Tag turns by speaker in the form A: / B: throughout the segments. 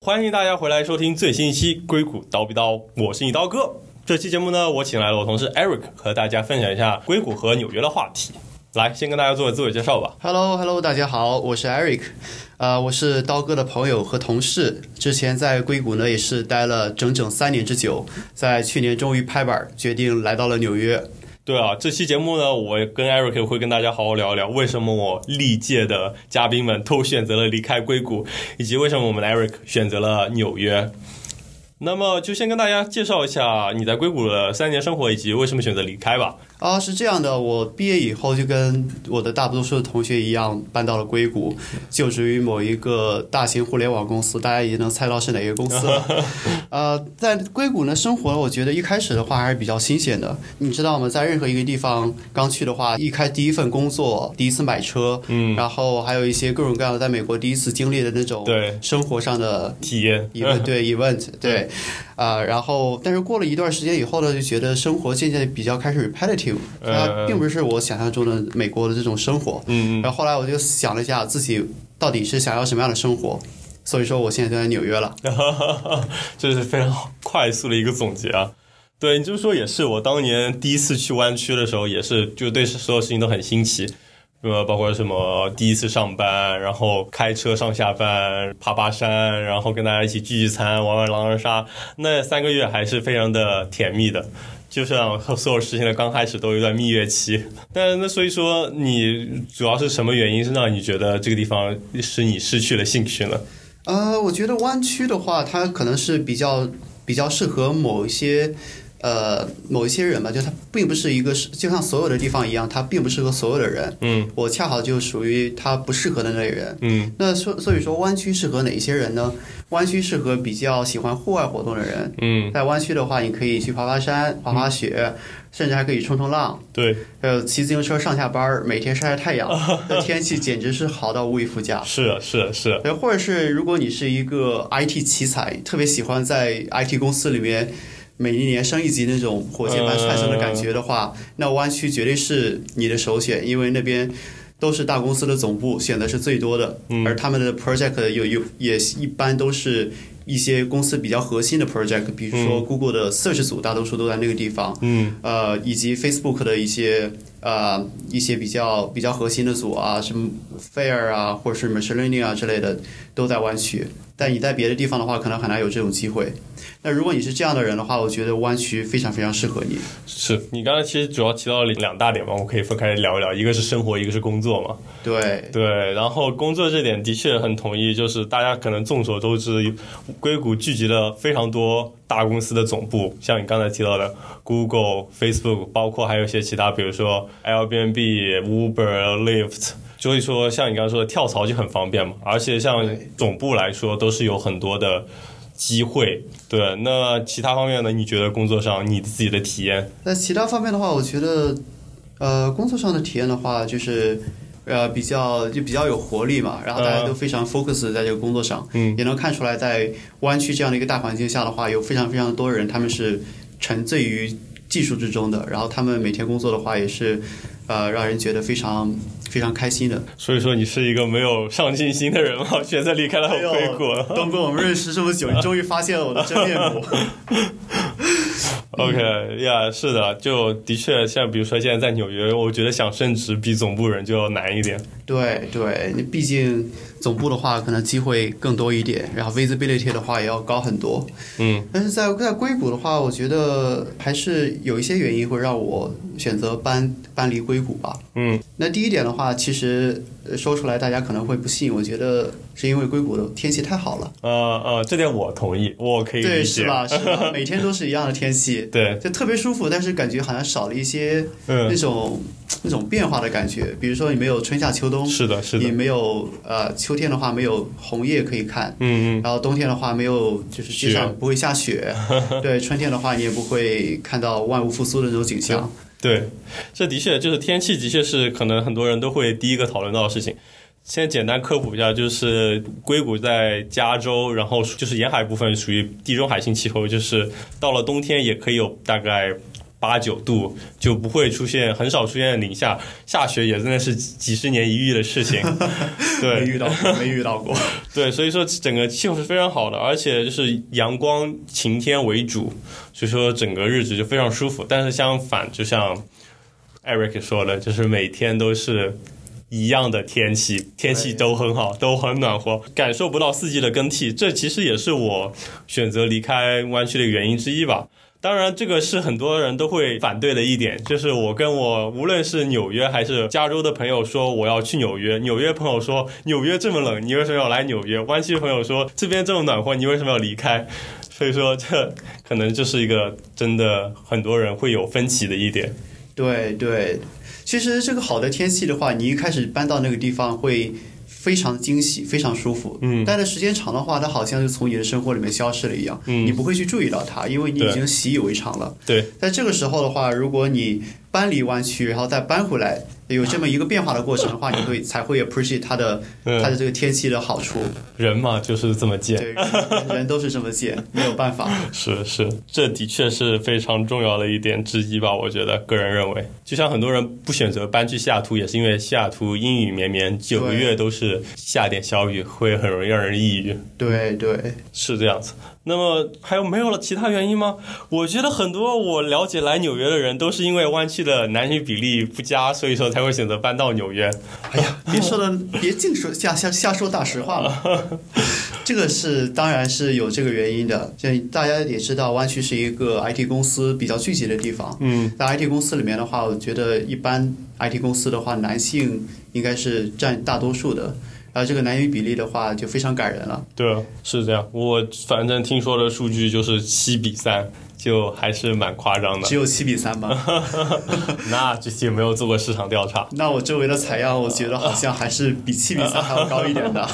A: 欢迎大家回来收听最新一期《硅谷叨逼叨》，我是你刀哥。这期节目呢，我请来了我同事 Eric 和大家分享一下硅谷和纽约的话题。来，先跟大家做个自我介绍吧。
B: Hello，Hello，大家好，我是 Eric，呃，我是刀哥的朋友和同事，之前在硅谷呢也是待了整整三年之久，在去年终于拍板决定来到了纽约。
A: 对啊，这期节目呢，我跟 Eric 会跟大家好好聊一聊，为什么我历届的嘉宾们都选择了离开硅谷，以及为什么我们的 Eric 选择了纽约。那么就先跟大家介绍一下你在硅谷的三年生活，以及为什么选择离开吧。
B: 啊，是这样的，我毕业以后就跟我的大多数的同学一样，搬到了硅谷，就职于某一个大型互联网公司，大家已经能猜到是哪个公司了。呃，在硅谷呢生活，我觉得一开始的话还是比较新鲜的。你知道吗？在任何一个地方刚去的话，一开第一份工作，第一次买车，嗯，然后还有一些各种各样的在美国第一次经历的那种
A: 对
B: 生活上的
A: 体验，
B: 疑问，对 event，对，啊、然后但是过了一段时间以后呢，就觉得生活渐渐比较开始 repetitive，所以它
A: 呃
B: 并不是我想象中的美国的这种生活。
A: 嗯嗯，
B: 然后后来我就想了一下自己到底是想要什么样的生活，所以说我现在就在纽约了。
A: 这是非常好快速的一个总结啊。对，你就说也是，我当年第一次去湾区的时候，也是就对所有事情都很新奇，呃，包括什么第一次上班，然后开车上下班，爬爬山，然后跟大家一起聚聚餐，玩玩狼人杀，那三个月还是非常的甜蜜的。就是啊，所有事情的刚开始都有一段蜜月期，但那所以说，你主要是什么原因是让你觉得这个地方使你失去了兴趣呢？
B: 呃，我觉得湾区的话，它可能是比较比较适合某一些。呃，某一些人吧，就它并不是一个，就像所有的地方一样，它并不适合所有的人。
A: 嗯，
B: 我恰好就属于它不适合的那类人。
A: 嗯，
B: 那所所以说，湾区适合哪些人呢？湾区适合比较喜欢户外活动的人。
A: 嗯，
B: 在湾区的话，你可以去爬爬山、滑滑雪，甚至还可以冲冲浪，
A: 对，
B: 还有骑自行车上下班儿，每天晒晒 太阳。那天气简直是好到无以复加。
A: 是啊是啊是啊，
B: 对，或者是如果你是一个 IT 奇才，特别喜欢在 IT 公司里面每一年升一级那种火箭般窜升的感觉的话，那湾区绝对是你的首选，因为那边。都是大公司的总部，选的是最多的，而他们的 project 有有也一般都是一些公司比较核心的 project，比如说 Google 的 Search 组，大多数都在那个地方，
A: 嗯，
B: 呃，以及 Facebook 的一些呃一些比较比较核心的组啊，什么 Fair 啊，或者是 Machine Learning 啊之类的，都在湾区。但你在别的地方的话，可能很难有这种机会。那如果你是这样的人的话，我觉得湾区非常非常适合你。
A: 是你刚才其实主要提到了两大点嘛，我们可以分开聊一聊，一个是生活，一个是工作嘛。
B: 对，
A: 对，然后工作这点的确很同意，就是大家可能众所周知，硅谷呃聚集了非常多大公司的总部，像你刚才提到的 Google、Facebook，包括还有一些其他，比如说 Airbnb、Uber、Lyft。所以说，像你刚才说的，跳槽就很方便嘛，而且像
B: 对
A: 总部来说，都是有很多的机会。对，那其他方面呢？你觉得工作上你自己的体验？
B: 那其他方面的话，我觉得，呃，工作上的体验的话，就是。呃，比较就比较有活力嘛，然后大家
A: 嗯
B: 都非常 focus 在这个工作上，嗯，也能看出来，在湾区这样的一个大环境下的话，有非常非常多人他们是沉醉于技术之中的，然后他们每天工作的话也是，呃，让人觉得非常非常开心的。
A: 所以说，你是一个没有上进心的人嘛，选择离开了硅谷。
B: 哎东哥，我们认识这么久，你终于发现了我的真面目。嗯
A: OK，呀、是的，就的确，像比如说现在在纽约，我觉得想升职比总部人就要难一点。
B: 对对，你毕竟总部的话，可能机会更多一点，然后 visibility 的话也要高很多。
A: 嗯，
B: 但是在在硅谷的话，我觉得还是有一些原因会让我选择搬搬离硅谷吧。
A: 嗯，
B: 那第一点的话，其实呃说出来大家可能会不信，我觉得是因为硅谷的天气太好了。
A: 呃呃，这点我同意，我可以理
B: 对，
A: 解。
B: 是 吧？是吧？每天都是一样的天气，
A: 对，
B: 就特别舒服，但是感觉好像少了一些那
A: 嗯，
B: 种、那种变化的感觉。比如说你没有春夏秋冬，
A: 是的，是
B: 你
A: 的，
B: 没有呃，秋天的话没有红叶可以看，
A: 嗯嗯，
B: 然后冬天的话没有就是街
A: 雪
B: 上不会下 雪，对，春天的话你也不会看到万物复苏的那种景象。
A: 对，这的确就是天气，的确是可能很多人都会第一个讨论到的事情。先简单科普一下，就是硅谷在加州，然后就是沿海部分属于地中海性气候，就是到了冬天也可以有大概。八九度，就不会出现很少出现零下。下雪也真的是几十年一遇的事情，
B: 没
A: 对
B: 遇到过，没遇到 过。
A: 对，所以说整个气候是非常好的，而且就是阳光晴天为主，所以说整个日子就非常舒服。但是相反，就像 Eric 说的，就是每天都是。一样的天气，天气都很好，都很暖和，感受不到四季的更替。这其实也是我选择离开湾区的原因之一吧。当然，这个是很多人都会反对的一点，就是我跟我无论是纽约还是加州的朋友说我要去纽约，纽约朋友说纽约这么冷，你为什么要来纽约？湾区朋友说这边这么暖和，你为什么要离开？所以说，这可能就是一个真的很多人会有分歧的一点。
B: 对对，其实这个好的天气的话，你一开始搬到那个地方会非常惊喜，非常舒服。
A: 嗯
B: 待的时间长的话，它好像就从你的生活里面消失了一样，
A: 嗯
B: 你不会去注意到它，因为你
A: 对
B: 已经习以为常了。
A: 对，
B: 在这个时候的话，如果你搬离湾区，然后再搬回来，有这么一个变化的过程的话，你会才会 appreciate 它的它的
A: 嗯，
B: 这个天气的好处。
A: 人嘛就是这么贱。
B: 对，人人都是这么贱，没有办法。
A: 是是，这的确是非常重要的一点之一吧，我觉得个人认为，就像很多人不选择搬去西雅图，也是因为西雅图阴雨绵绵，九个
B: 对
A: 月都是下点小雨，会很容易让人抑郁。
B: 对对，
A: 是这样子。那么还有没有了其他原因吗？我觉得很多我了解来纽约的人都是因为湾区的男女比例不佳，所以说才会选择搬到纽约。
B: 哎呀，别说了，别净说瞎瞎瞎说大实话了。 这个是当然是有这个原因的，这大家也知道，湾区是一个 IT 公司比较聚集的地方。
A: 嗯，
B: 在 IT 公司里面的话，我觉得一般 IT 公司的话，男性应该是占大多数的，然后这个男女比例的话就非常感人 了。
A: 对啊，是这样。我反正听说的数据就是七比三，就还是蛮夸张的
B: 只。有七比三吧？
A: 那具体有没有做过市场调查？
B: 那我周围的采样，我觉得好像还是比七比三还要高一点的。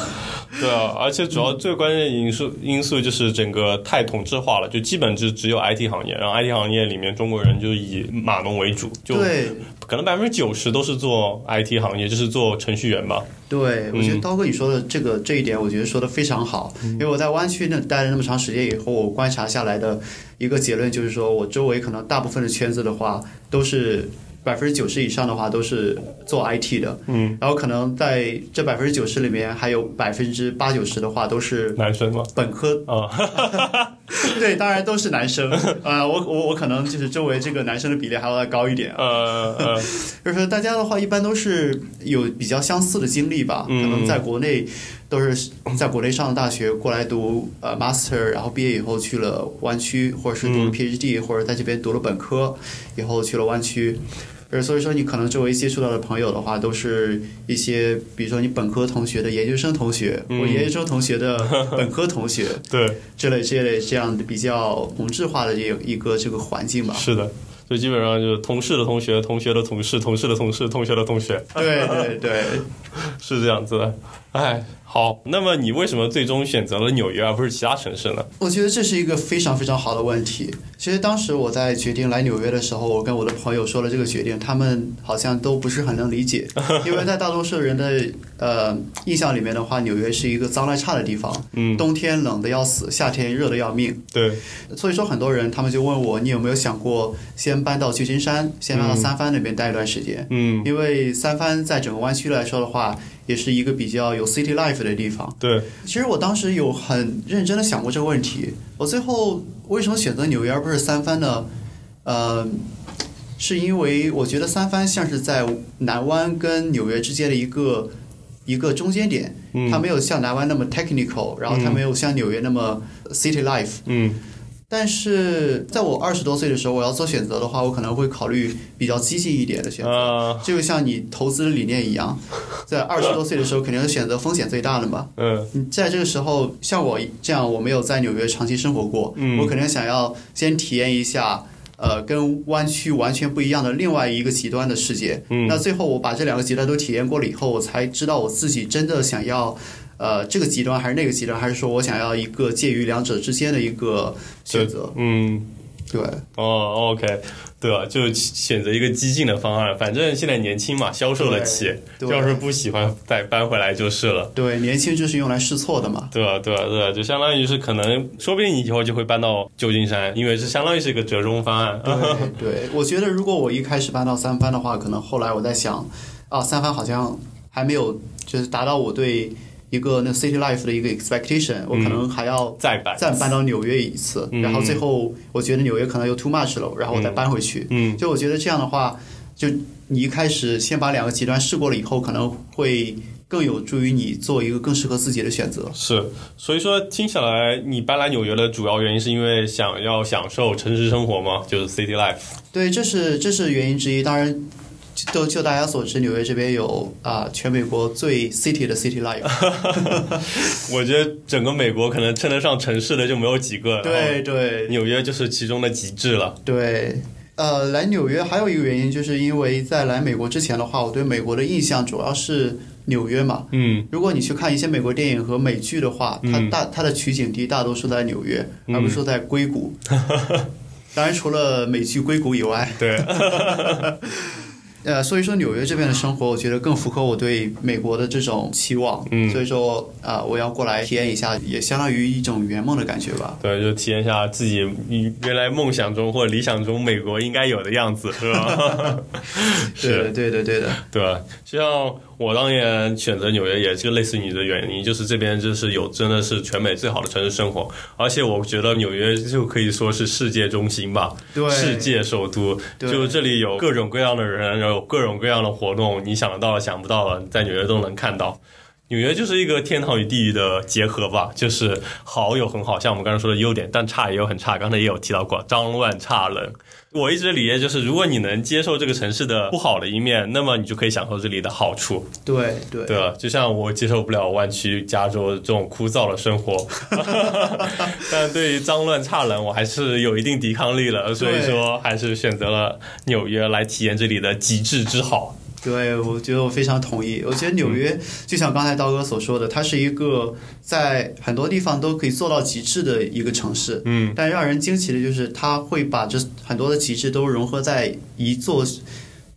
A: 对啊，而且主要最关键因素因素就是整个太同质化了，就基本就只有 IT 行业，然后 IT 行业里面中国人就以码农为主， 就
B: 对
A: 可能百分之九十都是做 IT 行业，就是做程序员吧。
B: 对，我觉得刀哥你说的这个这一点，我觉得说的非常好。因为我在湾区那待了那么长时间以后，我观察下来的一个结论就是说，我周围可能大部分的圈子的话，都是百分之九十以上的话都是做 IT 的，
A: 嗯，
B: 然后可能在这百分之九十里面，还有百分之八九十的话都是
A: 男生吗？
B: 本科，
A: 啊、
B: 对，当然都是男生。啊，我我我可能就是周围这个男生的比例还要再高一点啊。
A: 呃呃，
B: 就是说大家的话，一般都是有比较相似的经历吧，
A: 嗯
B: 可能在国内都是在国内上了大学，过来读呃 master，然后毕业以后去了湾区，或者是
A: 嗯
B: 读了 PhD，、或者在这边读了本科，以后去了湾区。呃，所以说你可能周围接触到的朋友的话，都是一些，比如说你本科同学的研究生同学，
A: 嗯
B: 或研究生同学的本科同学
A: 对，
B: 之类之类这样的比较同质化的这一个这个环境 吧。
A: 是的，就基本上就是同事的同学、同学的同事、同事的同事、同学的同学，
B: 对对对。
A: 是这样子的。哎，好，那么你为什么最终选择了纽约而不是其他城市呢？
B: 我觉得这是一个非常非常好的问题。其实当时我在决定来纽约的时候，我跟我的朋友说了这个决定，他们好像都不是很能理 解，因为在大多数人的呃印象里面的话，纽约是一个脏乱差的地方，
A: 嗯，
B: 冬天冷的要死，夏天热的要命。
A: 对，
B: 所以说很多人他们就问我，你有没有想过先搬到旧金山，先搬到三藩那边待一段时间？
A: 嗯，
B: 因为三藩在整个湾区来说的话，也是一个比较有 city life 的地方。
A: 对，
B: 其实我当时有很认真的想过这个问题，我最后为什么选择纽约而不是三藩呢？呃，是因为我觉得三藩像是在南湾跟纽约之间的一个一个中间点，它
A: 嗯，
B: 没有像南湾那么 technical，然后它
A: 嗯
B: 没有像纽约那么 city life。
A: 嗯，
B: 但是在我二十多岁的时候，我要做选择的话，我可能会考虑比较激进一点的选择。
A: 啊，
B: 就像你投资的理念一样，在二十多岁的时候，肯定是选择风险最大的嘛。
A: 嗯，
B: 你在这个时候，像我这样，我没有在纽约长期生活过，
A: 嗯
B: 我肯定想要先体验一下，呃，跟湾区完全不一样的另外一个极端的世界。
A: 嗯
B: 那最后我把这两个极端都体验过了以后，我才知道我自己真的想要，呃，这个极端还是那个极端，还是说我想要一个介于两者之间的一个选择。
A: 嗯，
B: 对，
A: 哦，OK，对吧？就选择一个激进的方案，反正现在年轻嘛，消受得起。
B: 对对
A: 要是不喜欢，再搬回来就是了。
B: 对，年轻就是用来试错的嘛。
A: 对啊，对啊，对啊，就相当于是可能，说不定你以后就会搬到旧金山，因为是相当于是一个折中方案。
B: 对，对我觉得如果我一开始搬到三藩的话，可能后来我在想，啊，三藩好像还没有就是达到我对一个那 city life 的一个 expectation，我可能还要
A: 再搬，
B: 再搬到纽约一次，
A: 嗯
B: 然后最后我觉得纽约可能又 too much 了，然后我再搬回去。
A: 嗯
B: 就我觉得这样的话，就你一开始先把两个极端试过了以后，可能会更有助于你做一个更适合自己的选择。
A: 是，所以说听起来你搬来纽约的主要原因是因为想要享受城市生活嘛，就是 city life。
B: 对，这是这是原因之一。当然，就就大家所知，纽约这边有啊、全美国最 city 的 city life。
A: 我觉得整个美国可能称得上城市的就没有几个，
B: 对，对
A: 纽约就是其中的极致了。
B: 对，呃，来纽约还有一个原因，就是因为在来美国之前的话，我对美国的印象主要是纽约嘛。
A: 嗯
B: 如果你去看一些美国电影和美剧的话，它
A: 嗯
B: 大它的取景地大多数在纽约，
A: 嗯
B: 而不是说在硅 谷。当然，除了美剧硅谷以外，
A: 对，
B: 呃，所以说纽约这边的生活，我觉得更符合我对美国的这种期望。
A: 嗯
B: 所以说啊、我要过来体验一下，也相当于一种圆梦的感觉吧。
A: 对，就体验一下自己原来梦想中或理想中美国应该有的样子，是吧？
B: 对
A: 是
B: 的，对的，对的。
A: 对吧？就像我当年选择纽约，也是类似于你的原因，就是这边就是有真的是全美最好的城市生活，而且我觉得纽约就可以说是世界中心吧，
B: 对
A: 世界首都，
B: 对
A: 就这里有各种各样的人，有各种各样的活动，你想得到的、想不到的，在纽约都能看到。纽约就是一个天堂与地狱的结合吧，就是好有很好，像我们刚才说的优点，但差也有很差。刚才也有提到过，脏乱差人。我一直理解就是，如果你能接受这个城市的不好的一面，那么你就可以享受这里的好处，
B: 对对
A: 对啊吧？就像我接受不了湾区加州这种枯燥的 生活， 但对于脏乱差人，我还是有一定抵抗力了，所以说还是选择了纽约来体验这里的极致之好。
B: 对，我觉得我非常同意。我觉得纽约、就像刚才刀哥所说的，它是一个在很多地方都可以做到极致的一个城市。
A: 嗯，
B: 但让人惊奇的就是，它会把这很多的极致都融合在一座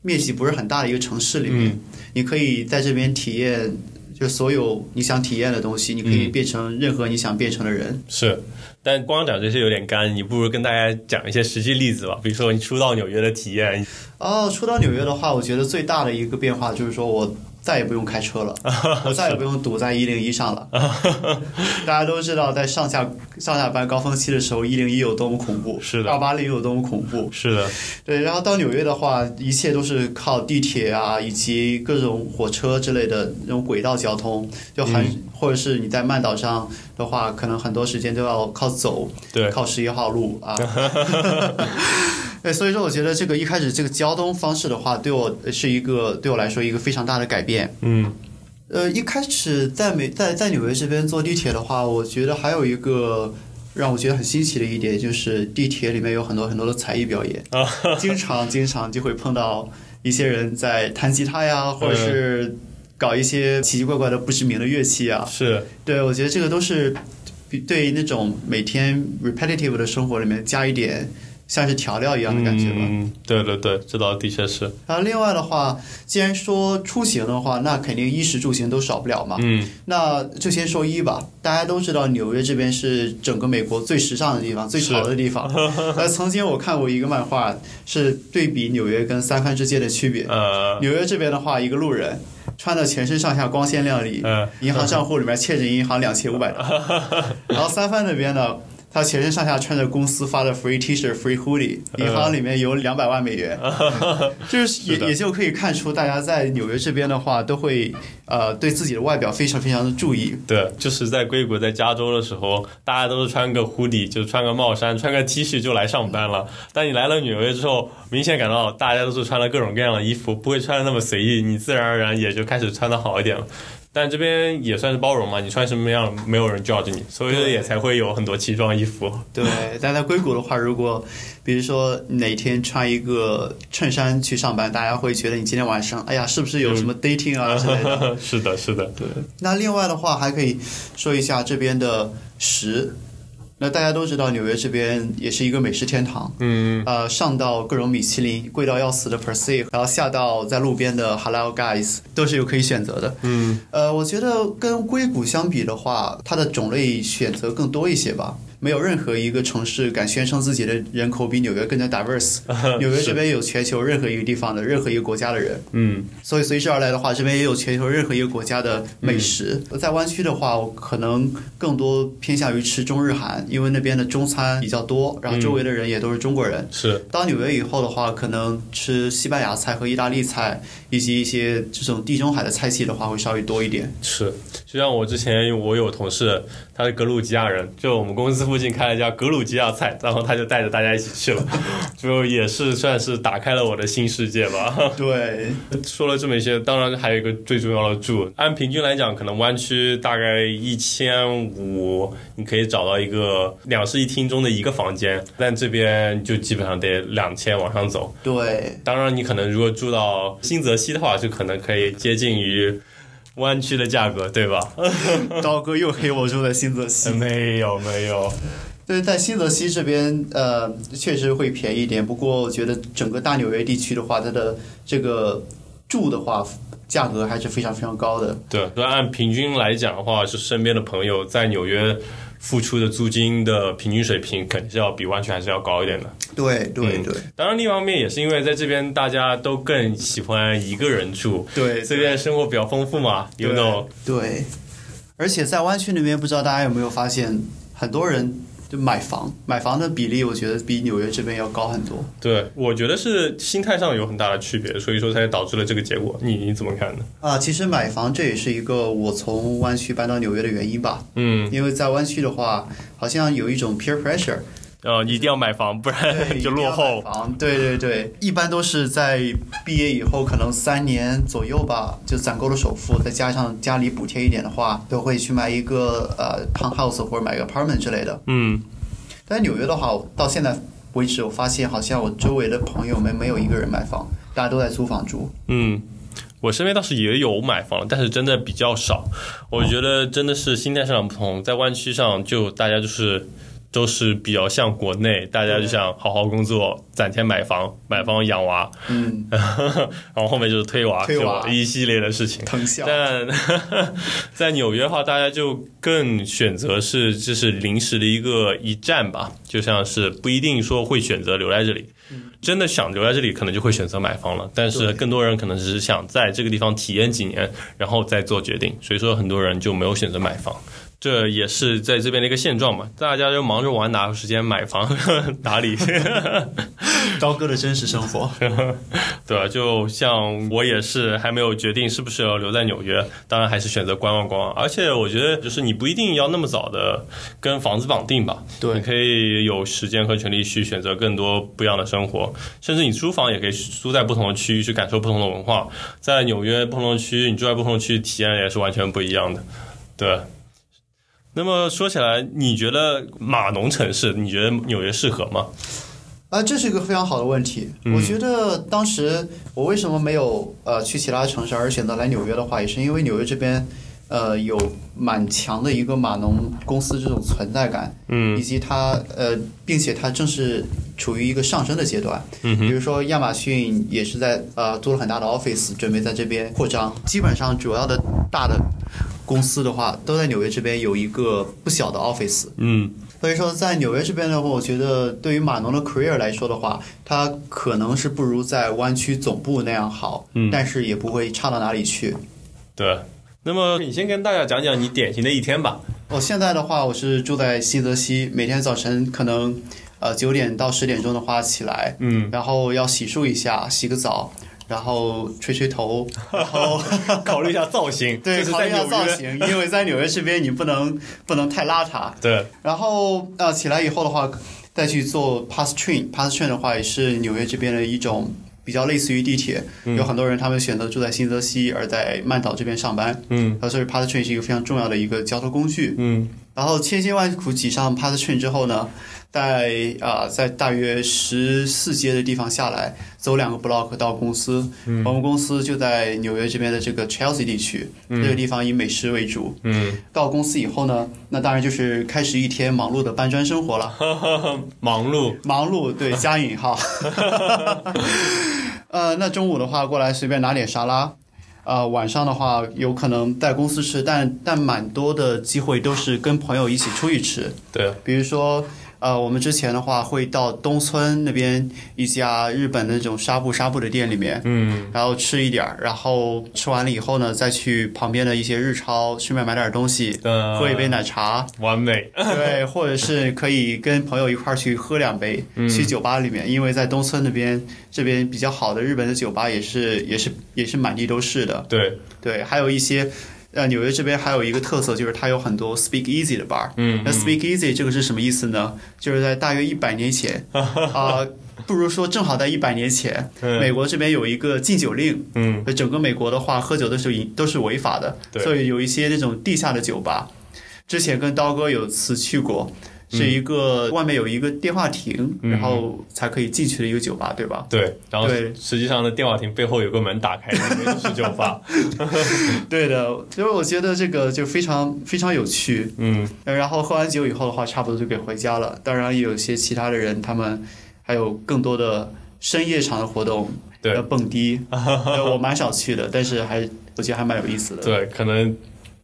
B: 面积不是很大的一个城市里面。你可以在这边体验，就所有你想体验的东西，你可以变成任何你想变成的人。
A: 是，但光讲这些有点干，你不如跟大家讲一些实际例子吧，比如说你初到纽约的体验，
B: 哦，初到纽约的话，我觉得最大的一个变化就是说我再也不用开车 了，我再也不用堵在一零一上了。大家都知道，在上下上下班高峰期的时候，一零一有多么恐怖，
A: 是的
B: 二八零有多么恐怖。
A: 是的，
B: 对，然后到纽约的话，一切都是靠地铁啊，以及各种火车之类的那种轨道交通，就很、
A: 嗯
B: 或者是你在曼岛上的话，可能很多时间都要靠走，
A: 对，
B: 靠十一号路啊。对，所以说我觉得这个一开始这个交通方式的话，对我是一个对我来说一个非常大的改变。
A: 嗯
B: 呃，一开始在美在在纽约这边坐地铁的话，我觉得还有一个让我觉得很新奇的一点就是地铁里面有很多很多的才艺表 演，
A: 啊，
B: 经常经常就会碰到一些人在弹吉他呀，或者是搞一些奇奇怪怪的不知名的乐器啊。
A: 是，
B: 对，我觉得这个都是比对于那种每天 repetitive 的生活里面加一点像是调料一样的感觉吧。
A: 嗯，对对对，这倒的确是，
B: 然后另外的话，既然说出行的话，那肯定衣食住行都少不了嘛。
A: 嗯，
B: 那就先说衣吧，大家都知道纽约这边是整个美国最时尚的地方，最潮的地方。呃，曾经我看过一个漫画，是对比纽约跟三藩之间的区别。
A: 呃，
B: 纽约这边的话，一个路人穿的全身上下光鲜亮丽，
A: 嗯
B: 银行账户里面欠着银行两千五百刀。然后三藩那边呢，他全身上下穿着公司发的 free T 恤、free hoodie，银行里面有两百万美元，就是也
A: 是的
B: 也就可以看出，大家在纽约这边的话，都会呃对自己的外表非常非常的注意。
A: 对，就是在硅谷，在加州的时候，大家都是穿个 hoodie，就穿个帽衫，穿个 T 恤就来上班了。但你来了纽约之后，明显感到大家都是穿了各种各样的衣服，不会穿的那么随意，你自然而然也就开始穿的好一点了。但这边也算是包容嘛，你穿什么样，没有人 judge 你，所以说也才会有很多奇装异服。
B: 对，但在硅谷的话，如果比如说哪天穿一个衬衫去上班，大家会觉得你今天晚上，哎呀，是不是有什么 dating 啊之类的？
A: 是的，是的，
B: 对，那另外的话还可以说一下这边的食，那大家都知道，纽约这边也是一个美食天堂，
A: 嗯，
B: 呃，上到各种米其林，贵到要死的 Percy，然后下到在路边的 Halal Guys，都是有可以选择的。
A: 嗯，
B: 呃，我觉得跟硅谷相比的话，它的种类选择更多一些吧。没有任何一个城市敢宣称自己的人口比纽约更加 diverse。纽约这边有全球任何一个地方的任何一个国家的人，
A: 嗯
B: 所以随之而来的话，这边也有全球任何一个国家的美食。
A: 嗯
B: 在湾区的话，我可能更多偏向于吃中日韩，因为那边的中餐比较多，然后周围的人也都是中国人。
A: 嗯是，
B: 到纽约以后的话，可能吃西班牙菜和意大利菜，以及一些这种地中海的菜系的话，会稍微多一点。
A: 是，就像我之前我有同事，他是格鲁吉亚人，就我们公司附近开了一家格鲁吉亚菜，然后他就带着大家一起去了， 就也是算是打开了我的新世界吧。
B: 对，
A: 说了这么一些，当然还有一个最重要的住，按平均来讲，可能湾区大概一千五，你可以找到一个两室一厅中的一个房间，但这边就基本上得两千往上走。
B: 对，
A: 当然，你可能如果住到新泽西的话，就可能可以接近于湾区的价格，对吧？
B: 刀哥又黑我住在新泽西。
A: 没有没有，
B: 对，在新泽西这边，呃，确实会便宜一点。不过我觉得整个大纽约地区的话，它的这个住的话，价格还是非常非常高的。
A: 对，所以按平均来讲的话，是身边的朋友在纽约付出的租金的平均水平，肯定是要比湾区还是要高一点的。
B: 对对
A: 嗯
B: 对、
A: 当然，另一方面也是因为在这边大家都更喜欢一个人住，
B: 对，
A: 这边生活比较丰富嘛，you know，
B: 对。而且在湾区那边，不知道大家有没有发现，很多人就买房，买房的比例，我觉得比纽约这边要高很多。
A: 对，我觉得是心态上有很大的区别，所以说才导致了这个结果。你你怎么看呢？
B: 啊，其实买房这也是一个我从湾区搬到纽约的原因吧，
A: 嗯，
B: 因为在湾区的话，好像有一种 peer pressure，
A: 呃，一定要买房，不然
B: 对
A: 就落
B: 一定要买
A: 后。
B: 房对对对，一般都是在毕业以后，可能三年左右吧，就攒够了首付，再加上家里补贴一点的话，都会去买一个呃 townhouse 或者买个 apartment 之类的。
A: 嗯，
B: 但是纽约的话，我到现在为止，我发现好像我周围的朋友们没有一个人买房，大家都在租房住。
A: 嗯，我身边倒是也有买房，但是真的比较少。我觉得真的是心态上不同，在湾区上就大家就是都是比较像国内，大家就想好好工作，攒钱买房，买房养娃，
B: 嗯，
A: 然后后面就是推娃，
B: 推娃
A: 是吧一系列的事情。
B: 藤校。
A: 但 在纽约的话，大家就更选择是就是临时的一个一站吧，就像是不一定说会选择留在这里，真的想留在这里，可能就会选择买房了。但是
B: 对
A: 更多人可能只是想在这个地方体验几年，然后再做决定，所以说很多人就没有选择买房。这也是在这边的一个现状嘛，大家就忙着玩，哪有时间买房 打理？
B: 刀哥的真实生活。
A: 对吧？就像我也是还没有决定是不是要留在纽约，当然还是选择观望观望。而且我觉得就是你不一定要那么早的跟房子绑定吧，
B: 对
A: 你可以有时间和权利去选择更多不一样的生活，甚至你租房也可以租在不同的区域去感受不同的文化。在纽约不同的区域，你住在不同的区域，体验也是完全不一样的，对。那么说起来，你觉得码农城市，你觉得纽约适合吗？
B: 啊，这是一个非常好的问题。我
A: 嗯
B: 觉得当时我为什么没有呃去其他城市，而选择来纽约的话，也是因为纽约这边呃有蛮强的一个码农公司这种存在感，
A: 嗯
B: 以及它呃，并且它正是处于一个上升的阶段。
A: 嗯
B: 比如说亚马逊也是在呃做了很大的 office，准备在这边扩张。基本上主要的大的公司的话，都在纽约这边有一个不小的 office。
A: 嗯
B: 所以说，在纽约这边的话，我觉得对于码农的 career 来说的话，它可能是不如在湾区总部那样好，
A: 嗯
B: 但是也不会差到哪里去。
A: 对。那么你先跟大家讲讲你典型的一 天吧。
B: 我哦现在的话，我是住在新泽西，每天早晨可能呃九点到十点钟的话起来，
A: 嗯，
B: 然后要洗漱一下，洗个澡，然后吹吹头，然 后
A: 考虑一下造型，
B: 对
A: 就是
B: 考
A: 在
B: 虑一下
A: 纽
B: 造
A: 约，
B: 型，因为在纽约这边你不能不能太邋遢，
A: 对，
B: 然后呃起来以后的话，再去做 pass train，pass train 的话也是纽约这边的一种比较类似于地铁，有很多人他们选择住在新泽西，而在曼岛这边上班，
A: 嗯
B: 呃，所以 pass train 是一个非常重要的一个交通工具。
A: 嗯
B: 然后千辛万苦挤上 Pass Train 之后呢，在啊、在大约十四街的地方下来，走两个 block 到公司。我们公司就在纽约这边的这个 Chelsea 地区，这个地方以美食为主。
A: 嗯，
B: 到公司以后呢，那当然就是开始一天忙碌的搬砖生活了。
A: 嗯忙碌，
B: 忙碌，对，加引号。呃，那中午的话过来随便拿点沙拉，呃，晚上的话有可能在公司吃，但但蛮多的机会都是跟朋友一起出去吃，
A: 对，
B: 比如说。呃，我们之前的话会到东村那边一家日本的那种纱布纱布的店里面，
A: 嗯，
B: 然后吃一点儿，然后吃完了以后呢，再去旁边的一些日超顺便买点儿东西，
A: 呃
B: 喝一杯奶茶，
A: 完美，
B: 对，或者是可以跟朋友一块儿去喝两杯，
A: 嗯
B: 去酒吧里面，因为在东村那边这边比较好的日本的酒吧也是也是也是满地都是的。
A: 对，
B: 对，还有一些呃纽约这边还有一个特色就是它有很多 speak easy 的 bar。
A: 嗯
B: 那 speak easy 这个是什么意思呢？就是在大约一百年 前啊、不如说正好在一百年前，
A: 嗯
B: 美国这边有一个禁酒令。
A: 嗯，
B: 呃整个美国的话，喝酒都是一都是违法的，
A: 对
B: 所以有一些那种地下的酒吧，之前跟刀哥有次去过，是一个外面有一个电话亭，
A: 嗯
B: 然后才可以进去的一个酒吧，对吧？
A: 对，然后
B: 对
A: 实际上呢，电话亭背后有个门打开，里面就是酒 吧。
B: 对的，所以我觉得这个就非常非常有趣。
A: 嗯，
B: 呃然后喝完酒以后的话，差不多就可以回家了。当然，也有些其他的人，他们还有更多的深夜场的活动，
A: 对
B: 呃蹦 迪，呃我蛮少去的，但是还我觉得还蛮有意思的。
A: 对，可能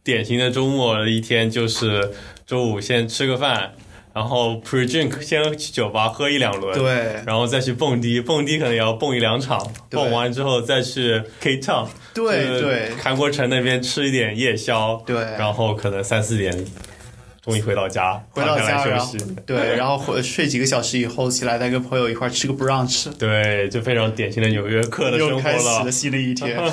A: 典型的周末的一天就是周五先吃个饭，然后 pre drink 先去酒吧喝一两轮，，
B: 对
A: 然后再去蹦迪，蹦迪可能也要蹦一两场，
B: 对
A: 蹦完之后再去 K town，
B: 对对，
A: 韩国城那边吃一点夜宵，
B: 对
A: 然后可能三四点终于回到家，
B: 回到
A: 躺下
B: 家
A: 来
B: 然
A: 休
B: 后
A: 息。
B: 对，然后回睡几个小时以后起来，再跟朋友一块儿吃个 brunch，
A: 对，就非常典型的纽约客的生活
B: 又
A: 了。
B: 开始了新的一 天。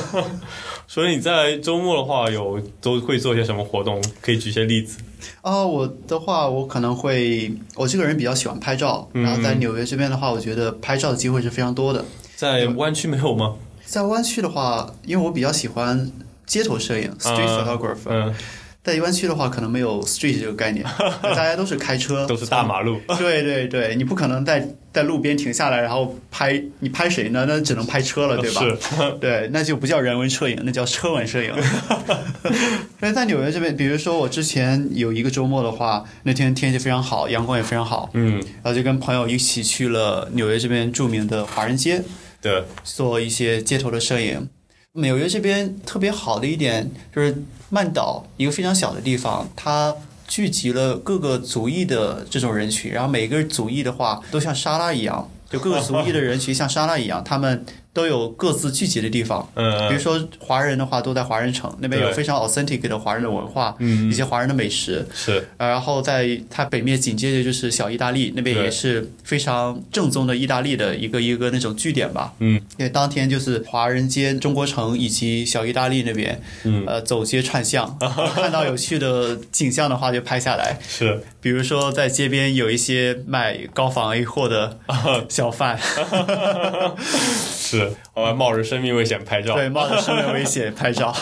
A: 所以你在周末的话有都会做些什么活动？可以举些例子。
B: 哦，我的话，我可能会，我这个人比较喜欢拍照，
A: 嗯
B: 然后在纽约这边的话，我觉得拍照的机会是非常多的。
A: 在湾区没有吗？
B: 在湾区的话，因为我比较喜欢街头摄影 （street
A: 嗯
B: photographer），、
A: 嗯，
B: 在湾区的话，可能没有 street 这个 概念，大家都是开车，嗯
A: 都是大马路。
B: 对对对，你不可能在在路边停下来，然后拍你拍谁呢？那只能拍车了，对吧？ 对，那就不叫人文摄影，那叫车文摄影。但是在纽约这边，比如说我之前有一个周末的话，那天天气非常好，阳光也非常好，
A: 嗯，
B: 然后就跟朋友一起去了纽约这边著名的华人街
A: 对，
B: 做一些街头的摄影。纽约这边特别好的一点就是曼岛一个非常小的地方，它聚集了各个族裔的这种人群，然后每个族裔的话都像沙拉一样，就各个族裔的人群像沙拉一样，他们都有各自聚集的地方。比如
A: 嗯
B: 说华人的话，都在华人城那边有
A: 对
B: 非常 authentic 的华人的文化，
A: 嗯
B: 一些华人的美食。
A: 是，
B: 呃然后在它北面紧接着就是小意大利，那边
A: 对
B: 也是非常正宗的意大利的一个一个那种据点吧。
A: 嗯，
B: 因为当天就是华人街、中国城以及小意大利那边，
A: 嗯
B: 呃，走街串 巷，看到有趣的景象的话就拍下来。
A: 是，
B: 比如说在街边有一些卖高仿 A 货 的小贩，
A: 是，我还冒着生命危险拍照。
B: 对，冒着生命危险拍照。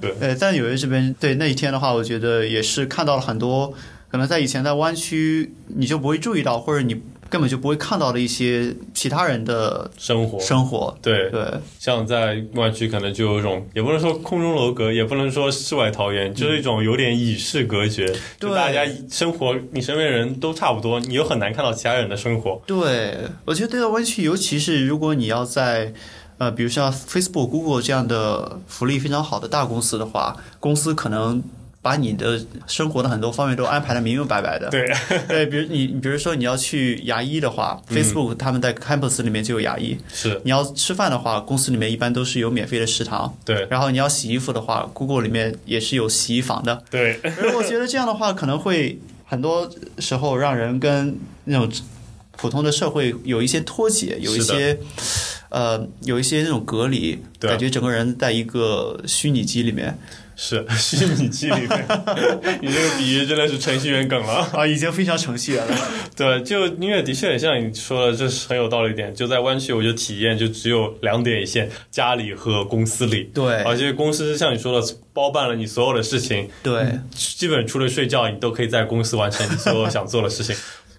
A: 对
B: 呃，在纽约这边，对那一天的话，我觉得也是看到了很多，可能在以前在湾区你就不会注意到，或者你根本就不会看到的一些其他人的
A: 生活。
B: 生活。
A: 对，
B: 对
A: 像在湾区可能就有一种，也不能说空中楼阁，也不能说世外桃源，就是一种有点与世隔绝。就
B: 对
A: 大家生活，你身边人都差不多，你又很难看到其他人的生活。
B: 对，我觉得对到湾区，尤其是如果你要在。呃，比如像 Facebook、Google 这样的福利非常好的大公司的话，公司可能把你的生活的很多方面都安排的明明白白的。
A: 对，
B: 对，比如你，比如说你要去牙医的话、f
A: 嗯
B: a c e b o o k 他们在 campus 里面就有牙医。
A: 是，
B: 你要吃饭的话，公司里面一般都是有免费的食堂。
A: 对，
B: 然后你要洗衣服的话，Google 里面也是有洗衣房的。
A: 对，
B: 而我觉得这样的话，可能会很多时候让人跟那种普通的社会有一些脱节，有一
A: 是的
B: 些呃，有一些那种隔离，
A: 对
B: 感觉整个人在一个虚拟机里面。
A: 是虚拟机里面，你这个比喻真的是程序员梗了。
B: 啊，已经非常程序员了。
A: 对，就音乐的确很像你说的，这是很有道理一点。就在湾区，我就体验就只有两点一线，家里和公司 里。
B: 对
A: 而且公司是像你说的，包办了你所有的事情，
B: 对，
A: 基本除了睡觉，你都可以在公司完成你所有想做的事 情。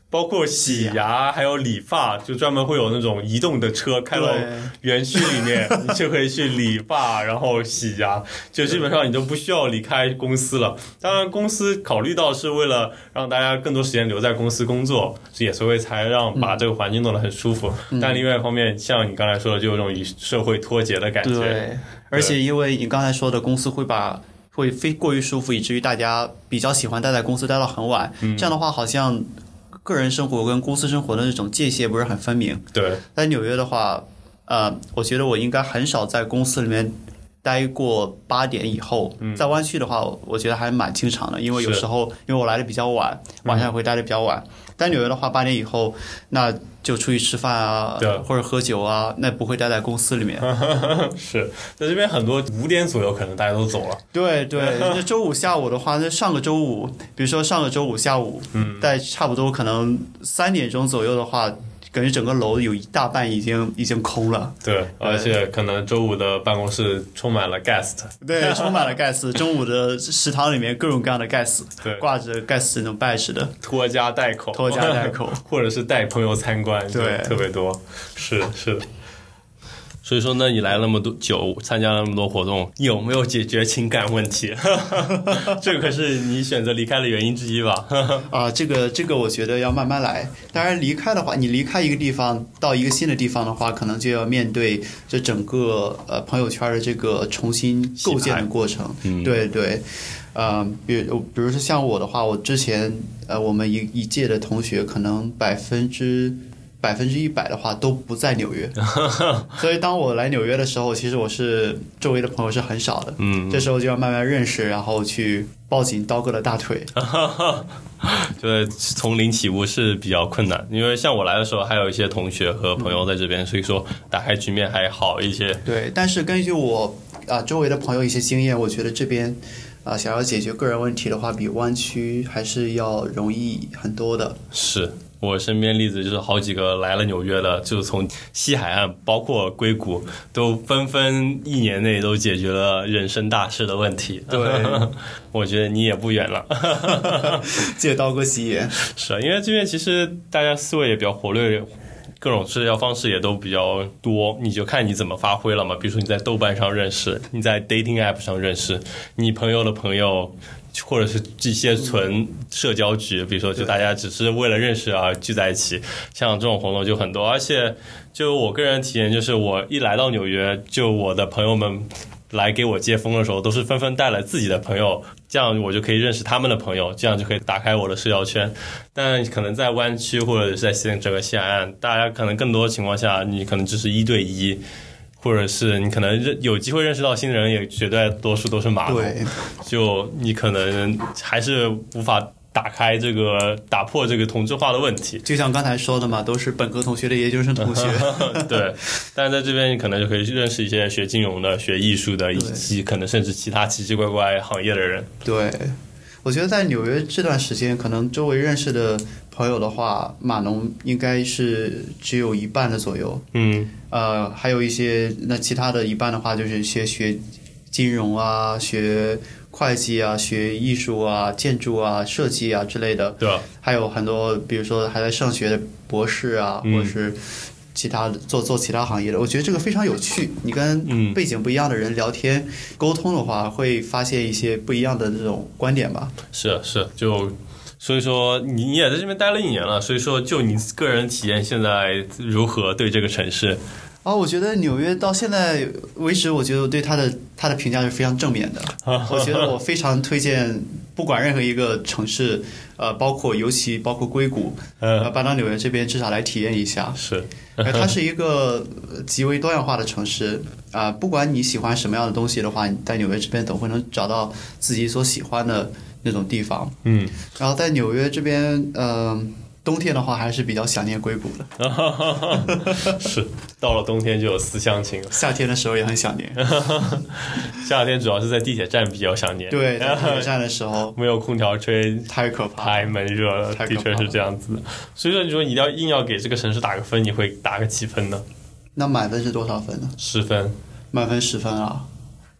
A: 包括洗牙，还有理发，就专门会有那种移动的车开到
B: 对
A: 园区里面，你就可以去理发，然后洗牙，就基本上你都不需要离开公司了。当然，公司考虑到是为了让大家更多时间留在公司工作，也所以才让把这个环境弄得很舒服。但另外一方面，像你刚才说的，就有种与社会脱节的感觉。
B: 对，而且因为你刚才说的，公司会把会非过于舒服，以至于大家比较喜欢待在公司待到很晚。这样的话，好像个人生活跟公司生活的那种界限不是很分明。
A: 对，
B: 在纽约的话，呃，我觉得我应该很少在公司里面待过八点以后。在湾区的话，我我觉得还蛮经常的，因为有
A: 嗯是嗯
B: 时候因为我来的比较晚，晚上也会待的比较晚。但纽约的话，八点以后，那就出去吃饭啊
A: 对，嗯
B: 或者喝酒啊，那不会待在公司里面。
A: 是在这边很多五点左右可能大家都走了。
B: 对 对，那周五下午的话，那上个周五，比如说上个周五下午，嗯，在差不多可能三点钟左右的话，感觉整个楼有一大半已经已经空了。
A: 对，而且可能周五的办公室充满了 guest。
B: 对，充满了盖茨。中午的食堂里面各种各样的盖茨，
A: 对哦
B: 挂着盖茨那种 badge 的。
A: 拖家带口，
B: 拖家带口，
A: 或者是带朋友参观，就
B: 对
A: 特别多，是是的。所以说呢，你来那么多久，参加了那么多活动，有没有解决情感问题？ 这可是你选择离开的原因之一吧？
B: 啊，这个这个，我觉得要慢慢来。当然，离开的话，你离开一个地方到一个新的地方的话，可能就要面对这整个呃朋友圈的这个重新构建的过程。对对，呃，比如比如说像我的话，我之前呃，我们一一届的同学可能百分之。百分之一百的话都不在纽约，所以当我来纽约的时候，其实我是周围的朋友是很少的。嗯，这时候就要慢慢认识，然后去抱紧刀哥的大腿。
A: 就是从零起步是比较困难，因为像我来的时候，还有一些同学和朋友在这边，所以说打开局面还好一些。
B: 对，但是根据我啊、周围的朋友一些经验，我觉得这边啊、想要解决个人问题的话，比湾区还是要容易很多的。
A: 是我身边例子就是好几个来了纽约的，就是从西海岸，包括硅谷，都纷纷一年内都解决了人生大事的问题。
B: 对，
A: 我觉得你也不远了。
B: 借刀哥洗 眼。
A: 是啊，因为这边其实大家思维也比较活跃，各种社交方式也都比较多，你就看你怎么发挥了嘛。比如说你在豆瓣上认识，你在 dating app 上认识，你朋友的朋友。或者是一些纯社交局，比如说就大家只是为了认识而聚在一起，像这种活动就很多。而且就我个人体验，就是我一来到纽约，就我的朋友们来给我接风的时候，都是纷纷带来自己的朋友，这样我就可以认识他们的朋友，这样就可以打开我的社交圈。但可能在湾区或者是在西整个西海岸，大家可能更多情况下，你可能只是一对一，或者是你可能认有机会认识到新的人，也绝大多数都是马
B: 对
A: 龙，就你可能还是无法打开这个打破这个同质化的 问题。
B: 就像刚才说的嘛，都是本科同学的研究生同学。
A: 对，但是在这边你可能就可以认识一些学金融的、学艺术的，以及可能甚至其他奇奇怪怪行业的人。
B: 对，我觉得在纽约这段时间，可能周围认识的朋友的话，码农应该是只有一半的左右。
A: 嗯，
B: 呃，还有一些那其他的一半的话，就是一些学金融啊、学会计啊、学艺术啊、建筑啊、设计啊之类的，
A: 对吧？
B: 还有很多，比如说还在上学的博士啊，
A: 嗯
B: 或者是其他的做做其他行业的，我觉得这个非常有趣。你
A: 嗯
B: 跟背景不一样的人聊天、沟通的话，会发现一些不一样的那种观点吧。
A: 是啊是，就所以说你你也在这边待了一年了，所以说就你个人体验现在如何对这个城市？
B: 啊、我觉得纽约到现在为止，我觉得我对它的它的评价是非常正面的。 我觉 得我非常推荐，不管任何一个城市，呃，包括尤其包括硅谷，呃，
A: 嗯，
B: 搬到纽约这边至少来体验一下。
A: 是
B: 呃它是一个呃极为多样化的城市啊、不管你喜欢什么样的东西的话，你在纽约这边总会能找到自己所喜欢的那种地方。
A: 嗯，
B: 然后在纽约这边，嗯、冬天的话还是比较想念硅谷的，
A: 是到了冬天就有思乡情了。
B: 夏天的时候也很想念。
A: 夏天主要是在地铁站比较想念，哎
B: 对，在地铁站的时候
A: 没有空调吹，
B: 太可怕了，
A: 太闷热了，
B: 太
A: 的
B: 可怕
A: 确
B: 了
A: 是这样子的。所以说，你说你要硬要给这个城市打个分，你会打个几分呢？
B: 那满分是多少分呢？
A: 十分，
B: 满分十分啊，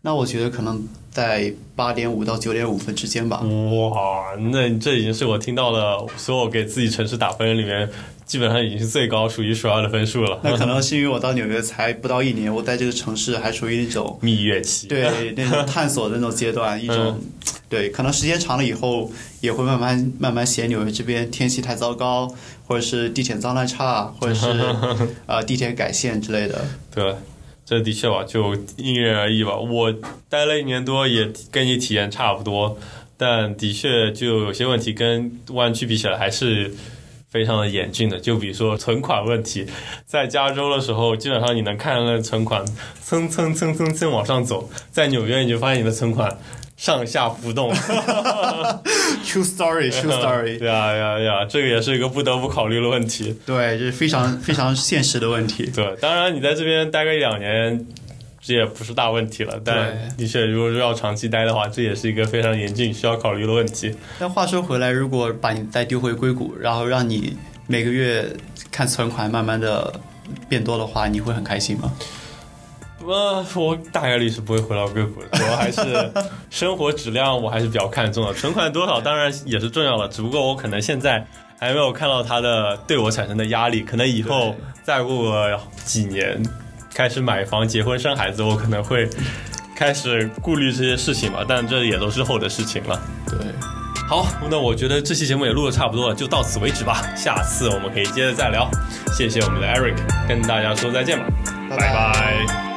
B: 那我觉得可能在八点五到九点五分之间 吧。
A: 哇，那这已经是我听到的所有给自己城市打分里面，基本上已经是最高数一数二的分数了。
B: 那可能是因为我到纽约才不到一年，我在这个城市还处于那种
A: 蜜月期，
B: 对那种探索的那种阶段，一种对，可能时间长了以后也会慢慢慢慢嫌纽约这边天气太糟糕，或者是地铁脏乱差，或者是呃地铁改线之类的。
A: 对，这的确吧，就因人而异吧。我待了一年多，也跟你体验差不多，但的确就有些问题跟湾区比起来还是。非常的严峻的，就比如说存款问题，在加州的时候，基本上你能看到那存款蹭蹭蹭蹭蹭往上走，在纽约你就发现你的存款上下浮动，
B: True story，True story，
A: 对啊，呀呀，这个也是一个不得不考虑的问题。
B: 对，这是非常非常现实的问题。
A: 对，当然你在这边待个一两年，这也不是大问题了。但的确，如果是要长期待的话，这也是一个非常严峻需要考虑的问题。
B: 但话说回来，如果把你再丢回硅谷，然后让你每个月看存款慢慢的变多的话，你会很开心吗？
A: 呃，我大概率是不会回到硅谷的，我还是生活质量我还是比较看重的。存款多少当然也是重要的，只不过我可能现在还没有看到它的对我产生的压力，可能以后
B: 对
A: 再过个几年开始买房、结婚、生孩子，我可能会开始顾虑这些事情吧。但这也都是后的事情了。
B: 对，
A: 好，那我觉得这期节目也录的差不多了，就到此为止吧。下次我们可以接着再聊。谢谢我们的 Eric，跟大家说再见吧，
B: 拜
A: 拜拜